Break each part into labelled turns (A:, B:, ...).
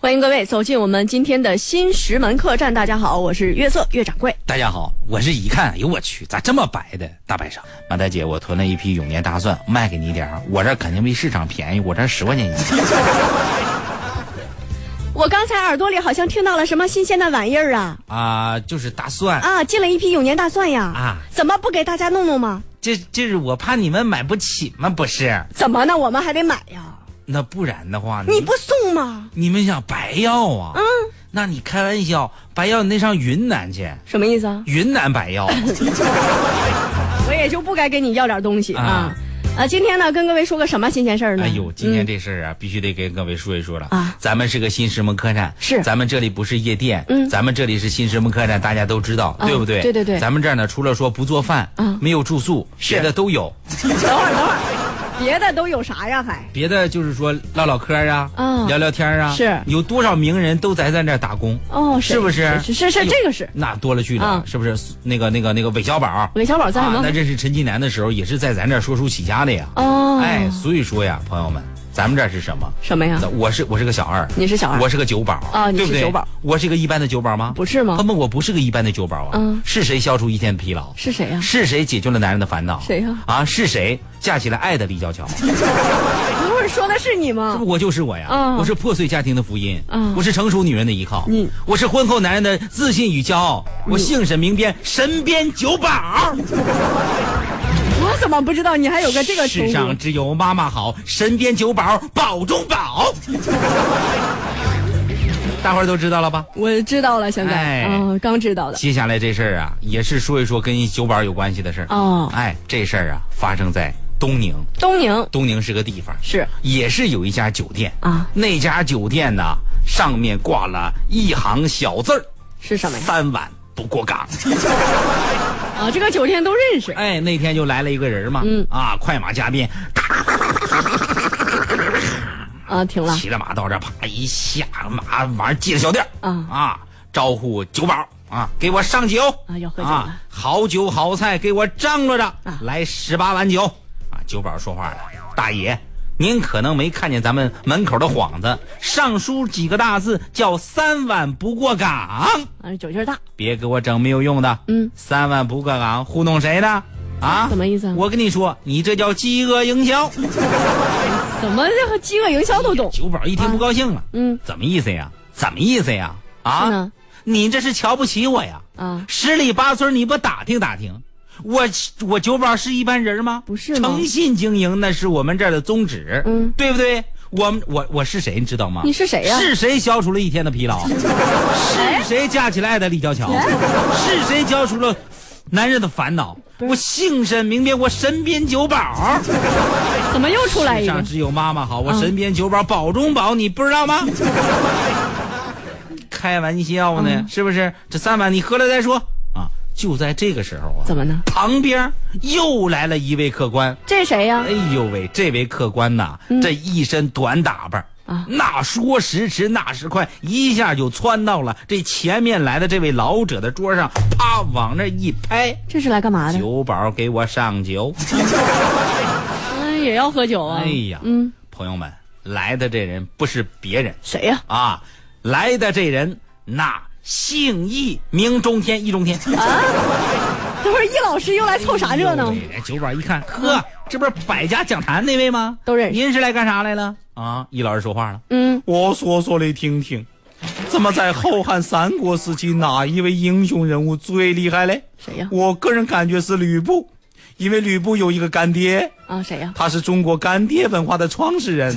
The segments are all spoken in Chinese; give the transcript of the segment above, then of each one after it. A: 欢迎各位走进我们今天的新石门客栈。大家好，我是月色月掌柜。
B: 大家好，我是一看，哎呦我去，咋这么白的大白鲨？马大姐，我囤了一批永年大蒜，卖给你点儿，我这肯定比市场便宜，我这十块钱一斤。
A: 我刚才耳朵里好像听到了什么新鲜的玩意儿啊
B: 啊，就是大蒜，
A: 啊！进了一批永年大蒜呀！
B: 啊
A: 怎么不给大家弄弄吗？
B: 这这是我怕你们买不起吗？不是，
A: 怎么呢？我们还得买呀！
B: 那不然的话，
A: 你不送吗？
B: 你们想白药啊？嗯，那你开玩笑，白药你得上云南去，
A: 什么意思啊？
B: 云南白药
A: 我也就不该跟你要点东西啊
B: 啊！
A: 啊，今天呢，跟各位说个什么新鲜事儿呢？
B: 哎呦，今天
A: 嗯、
B: 这事儿啊，必须得跟各位说一说了
A: 啊
B: 咱们是个新石门客栈，
A: 是
B: 咱们这里不是夜店，
A: 嗯
B: 咱们这里是新石门客栈，大家都知道，
A: 啊
B: 对不对？
A: 对对对
B: 咱们这儿呢，除了说不做饭，
A: 啊
B: 没有住宿，
A: 是
B: 别的都有，
A: 等会儿等会儿，别的都有啥呀？还
B: 别的就是说唠唠嗑啊，
A: 啊
B: 聊聊天啊，
A: 是
B: 有多少名人都在咱这儿打工，
A: 哦，
B: 是不是？
A: 是是是
B: 哎呦
A: 这个是。
B: 那多了去了，
A: 啊
B: 是不是？那个那个那个韦小宝。
A: 韦小宝在什么？
B: 啊？那认识陈近南的时候，也是在咱这儿说书起家的呀。
A: 哦，
B: 哎，所以说呀，朋友们，咱们这儿是什么？
A: 什么呀？
B: 我是我是个小二，
A: 你是小二
B: 我是个酒保
A: 啊你是
B: 对不对
A: 酒保，
B: 我是个一般的酒保吗？
A: 不是吗
B: 他们我不是个一般的酒保啊，
A: 嗯
B: 是谁消除一天的疲劳？
A: 是谁呀、
B: 是谁解决了男人的烦恼？
A: 谁呀嗯
B: 啊，是谁架起了爱的立交桥？
A: 不是说的是你吗？
B: 我就是我呀！
A: 嗯
B: 我是破碎家庭的福音，
A: 嗯
B: 我是成熟女人的依靠，
A: 你
B: 我是婚后男人的自信与骄傲，我姓沈名边，神边酒保。
A: 我怎么不知道你还有个这个称
B: 世上
A: 呼？
B: 只有妈妈好，身边酒保保中保。 大伙儿都知道了吧？
A: 我知道了，现在
B: 哎
A: 嗯、刚知道的。
B: 接下来这事儿啊，也是说一说跟酒保有关系的事儿。
A: 哦
B: 哎，这事儿啊发生在东宁，
A: 东宁
B: 东宁是个地方，
A: 是
B: 也是有一家酒店
A: 啊。
B: 那家酒店呢，上面挂了一行小字儿，
A: 是什么呀？
B: 三碗不过岗。
A: 啊，这个酒店都认识。
B: 哎，那天就来了一个人嘛，
A: 嗯
B: 啊，快马加鞭，
A: 啊，停了。
B: 骑着马到这儿啪一下马，马上系着小垫儿
A: 啊
B: 招呼酒保啊，给我上酒
A: 啊要喝酒了啊
B: 好酒好菜给我张罗着，来十八碗酒啊！酒保说话了，大爷。您可能没看见咱们门口的幌子，上书几个大字，叫“三碗不过岗”。
A: 啊，酒劲儿大。
B: 别给我整没有用的。
A: 嗯，
B: 三万不过岗，糊弄谁呢？啊？
A: 什么意思啊
B: 我跟你说，你这叫饥饿营销。
A: 怎么这和饥饿营销都懂？
B: 酒保一听不高兴了，
A: 嗯，
B: 怎么意思呀？怎么意思呀？
A: 是
B: 啊
A: 呢，
B: 你这是瞧不起我呀？
A: 啊，
B: 十里八村你不打听打听，我我酒保是一般人吗？
A: 不是吗
B: 诚信经营那是我们这儿的宗旨，
A: 嗯，
B: 对不对？我们我我是谁，你知道吗？
A: 你是谁呀
B: 是谁消除了一天的疲劳？是
A: 哎
B: 谁架起了爱的立交桥？是谁消除了男人的烦恼？我姓沈名边，我身边酒保。
A: 怎么又出来
B: 世
A: 一个
B: 上？只有妈妈好，我
A: 嗯
B: 身边酒保保中保，你不知 道吗？开玩笑呢，
A: 嗯
B: 是不是？这三碗你喝了再说啊！就在这个时候啊，
A: 怎么呢？
B: 旁边又来了一位客官。
A: 这谁呀、
B: 哎呦喂，这位客官呐，这一身短打扮。
A: 嗯啊
B: 那说时迟，那时快，一下就窜到了这前面来的这位老者的桌上，啪往那一拍，
A: 这是来干嘛的？
B: 酒保给我上酒。
A: 哎，也要喝酒啊？
B: 哎呀，
A: 嗯，
B: 朋友们，来的这人不是别人，
A: 谁呀、
B: 啊，来的这人那姓易名中天，易中天。
A: 等会儿易老师又来凑啥热闹？嗯
B: 哎酒保一看，呵，这不是百家讲坛那位吗？
A: 都认识
B: 您是来干啥来了？啊，易老师说话了，
A: 嗯，
B: 我说说你听听，怎么在后汉三国时期哪一位英雄人物最厉害嘞？
A: 谁呀
B: 我个人感觉是吕布，因为吕布有一个干爹，
A: 啊，谁呀、
B: 他是中国干爹文化的创始人。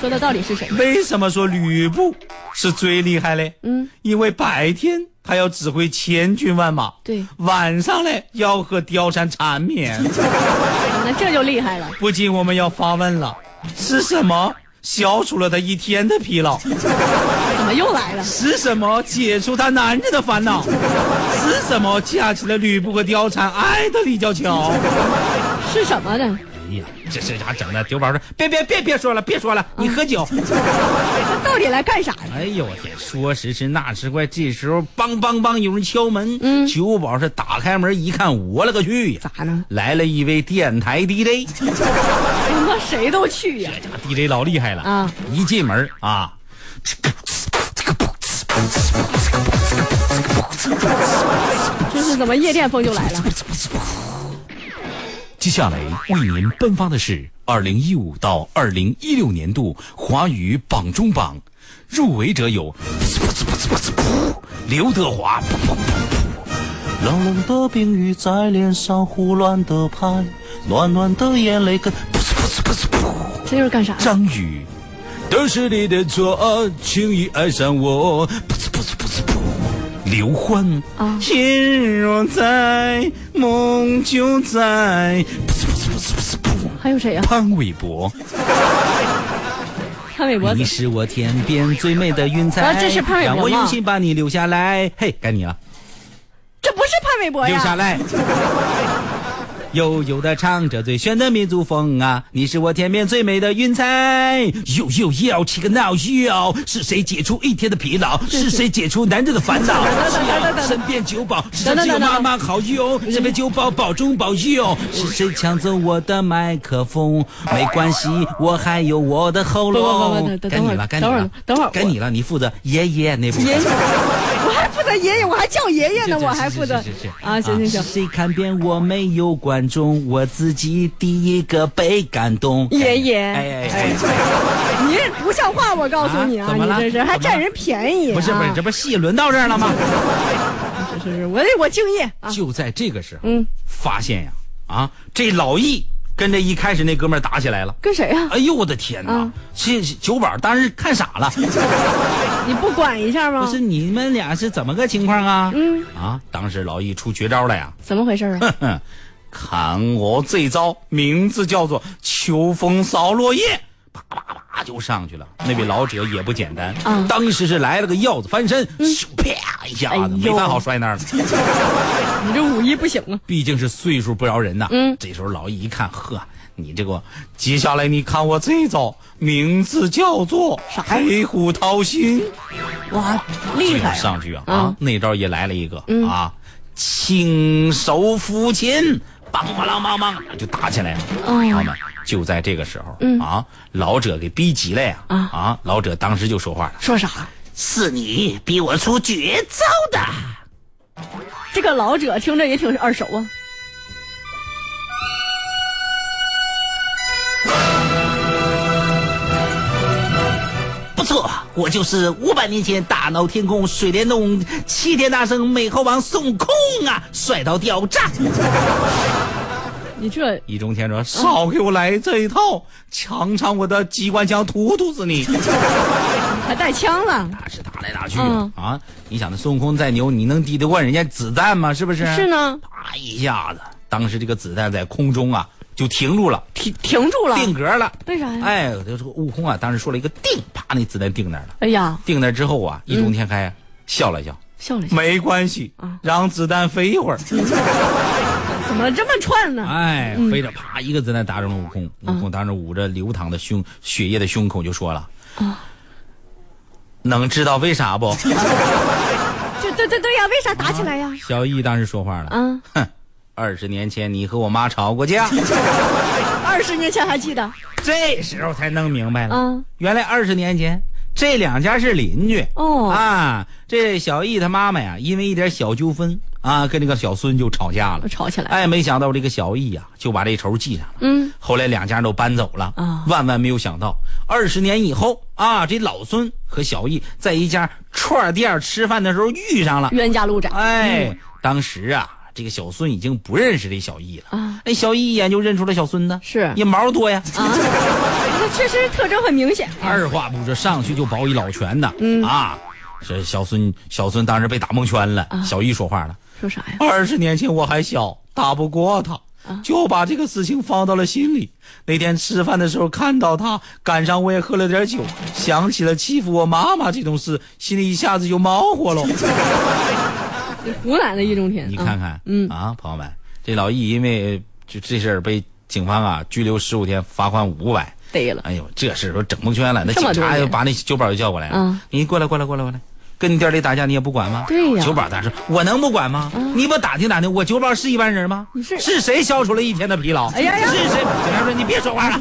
A: 说的到底是谁？
B: 为什么说吕布是最厉害嘞？
A: 嗯，
B: 因为白天他要指挥千军万马，
A: 对
B: 晚上嘞要和貂蝉缠绵。
A: 那这就厉害了。
B: 不禁我们要发问了，是什么消除了他一天的疲劳？
A: 怎么又来了？
B: 是什么解除他男人的烦 恼？是什么架起了吕布和貂蝉爱的立交桥？
A: 是什么呢？
B: 哎呀，这是咋整的？酒保说：“别别别别说了，别说了，你喝酒。
A: 嗯他到底来干啥呀？
B: 哎呦我天！说时迟，那时快，这时候梆梆梆有人敲门。
A: 嗯
B: 酒保是打开门一看，我勒个去呀！
A: 咋呢？
B: 来了一位电台 DJ，
A: 他妈谁都去呀！
B: DJ 老厉害了
A: 啊！
B: 一进门啊，
A: 就是怎么夜店风就来了？
B: 接下来为您颁发的是二零一五到二零一六年度华语榜中榜，入围者有刘德华。
C: 冷冷的冰雨在脸上胡乱的拍，暖暖的眼泪跟噗呲噗呲噗呲噗。
A: 这又是干啥？
B: 张宇，都是你的错，轻易爱上我。噗呲噗呲噗呲噗。刘欢，
A: 啊
B: 心若在，梦就在。噗呲噗呲噗呲噗呲噗。
A: 还有谁啊呀、
B: 潘玮柏，
A: 潘玮柏
B: 你是我天边最美的云彩，
A: 啊这是潘玮柏
B: 让我
A: 吗
B: 用心把你留下来。嘿，该你了，
A: 这不是潘玮柏
B: 留下
A: 呀？
B: 来。悠悠的唱着最炫的民族风啊，你是我天边最美的云彩。呦呦呦，七个闹哟，是谁解除一天的疲劳？是谁解除男人的烦 恼？是
A: 等等
B: 啊，
A: 等
B: 身边九宝，是
A: 等等
B: 这个
A: 等等
B: 妈妈好哦 哟，身边九宝保中保佑。是谁抢走我的麦克风？没关系，我还有我的喉
A: 不不不不等。
B: 咙
A: 等
B: 该你了，该你
A: 等会儿
B: 了，
A: 等会儿
B: 该你了，你负责爷爷那部分。
A: 爷爷，我还负责爷爷，我还叫爷爷呢，
B: 是是
A: 我还
B: 是
A: 负责
B: 是是是
A: 啊！行行
B: 啊
A: 行，
B: 谁看遍我没有观众，我自己第一个被感动。
A: 爷爷
B: 哎哎哎，
A: 你这不像话，我告诉你
B: 啊
A: 啊，
B: 怎么
A: 你
B: 了
A: 这是还
B: 怎么了
A: 占人便宜、啊！
B: 不是不是，这不是戏轮到这儿了吗？
A: 是是是，我得我敬业啊！
B: 就在这个时候，
A: 嗯，
B: 发现呀，啊，这老易跟这一开始那哥们儿打起来了。
A: 跟谁呀、
B: 哎呦我的天哪
A: 啊！
B: 这酒保当时看傻了，
A: 嗯你不管一下吗？
B: 啊不是你们俩是怎么个情况啊？
A: 嗯，
B: 啊，当时老易出绝招了呀！
A: 怎么回事啊？
B: 哼哼，看我这招，名字叫做秋风扫落叶，啪啪啪就上去了。那位老者也不简单，
A: 啊
B: 当时是来了个鹞子翻身，咻啪一下子，
A: 哎
B: 没
A: 呦
B: 翻好摔那儿了。
A: 你这武艺不行啊！
B: 毕竟是岁数不饶人呐。
A: 嗯
B: 这时候老易一看，呵，你这个，接下来你看我这招，名字叫做
A: 啥呀
B: 黑虎掏心。
A: 哇，厉
B: 这
A: 害
B: 个
A: 啊！
B: 上去啊
A: 嗯
B: 啊！那招也来了一个啊，轻手抚琴，梆梆啷梆梆就打起来了。
A: 哦嗯
B: 朋友们，就在这个时候啊，老者给逼急了呀
A: 啊
B: 啊！老者当时就说话了
A: 说啥？：“
B: 是你逼我出绝招的。”
A: 这个老者听着也挺耳熟啊。
B: 不错，我就是五百年前大闹天宫、水帘洞、齐天大圣、美猴王孙悟空啊，帅到掉渣！
A: 你这
B: 易中天说：“少给我来这一套，尝尝我的机关枪，突突 死你！”
A: 还带枪了？
B: 打是打来打去
A: 嗯
B: 的、啊！你想那孙悟空再牛，你能敌得过人家子弹吗？是不是？
A: 是。呢，
B: 啪一下子，当时这个子弹在空中啊就停住了，
A: 停停住了。
B: 定格了。
A: 为啥呀
B: 哎，这个悟空啊，当时说了一个“定”，啪，那子弹定那儿了。
A: 哎呀，
B: 定那之后啊，易
A: 嗯
B: 中天开、笑了笑，
A: 笑了笑，
B: 没关系，
A: 啊
B: 让子弹飞一会儿。
A: 怎么这么串呢？
B: 哎，
A: 嗯
B: 飞着啪，一个子弹打中了悟空。悟空当时捂着流淌的胸血液的胸口就说了：“
A: 嗯
B: 能知道为啥不？”
A: 这对对对呀，为啥打起来呀？
B: 小易当时说话了。
A: 啊，
B: 二十年前你和我妈吵过架，
A: 二十年前还记得？
B: 这时候才弄明白了，
A: 嗯
B: 原来二十年前这两家是邻居
A: 哦
B: 啊。这小易他妈妈呀，因为一点小纠纷啊，跟这个小孙就吵架了，
A: 哦吵起来了
B: 哎，没想到这个小易呀、就把这仇记上了。
A: 嗯，
B: 后来两家都搬走了
A: 啊
B: 万万没有想到，二十年以后啊，这老孙和小易在一家串店吃饭的时候遇上了，
A: 冤家路窄。
B: 哎，当时啊，这个小孙已经不认识这小易了
A: 啊。
B: 那、小易一眼就认出了小孙呢，
A: 是
B: 也毛多呀。
A: 啊，这确实特征很明显。
B: 二话不说上去就保一老拳的，
A: 嗯
B: 啊，这小孙小孙当时被打蒙圈了。
A: 啊
B: 小易说话了，
A: 说啥呀？
B: 二十年前我还小，打不过他。就把这个事情放到了心里。那天吃饭的时候看到他，赶上我也喝了点酒，想起了欺负我妈妈这种事，心里一下子就恼火了。
A: 这湖南的易中天，
B: 你
A: 啊
B: 看看，
A: 嗯
B: 啊，朋友们，这老易因为就这事儿被警方啊拘留十五天，罚款五百。
A: 逮了。
B: 哎呦，这事儿都整蒙圈了，那
A: 这么
B: 警
A: 多
B: 察
A: 人
B: 又把那酒保又叫过来了。
A: 嗯
B: 你过来，过来，过来，过来，跟你店里打架你也不管吗？
A: 对呀嗯
B: 酒保他说：“我能不管吗？你不打听打听，我酒保是一般人吗？
A: 你是
B: 谁消除了一天的疲劳？
A: 哎呀呀
B: 是谁？警察说：“你别说话了。”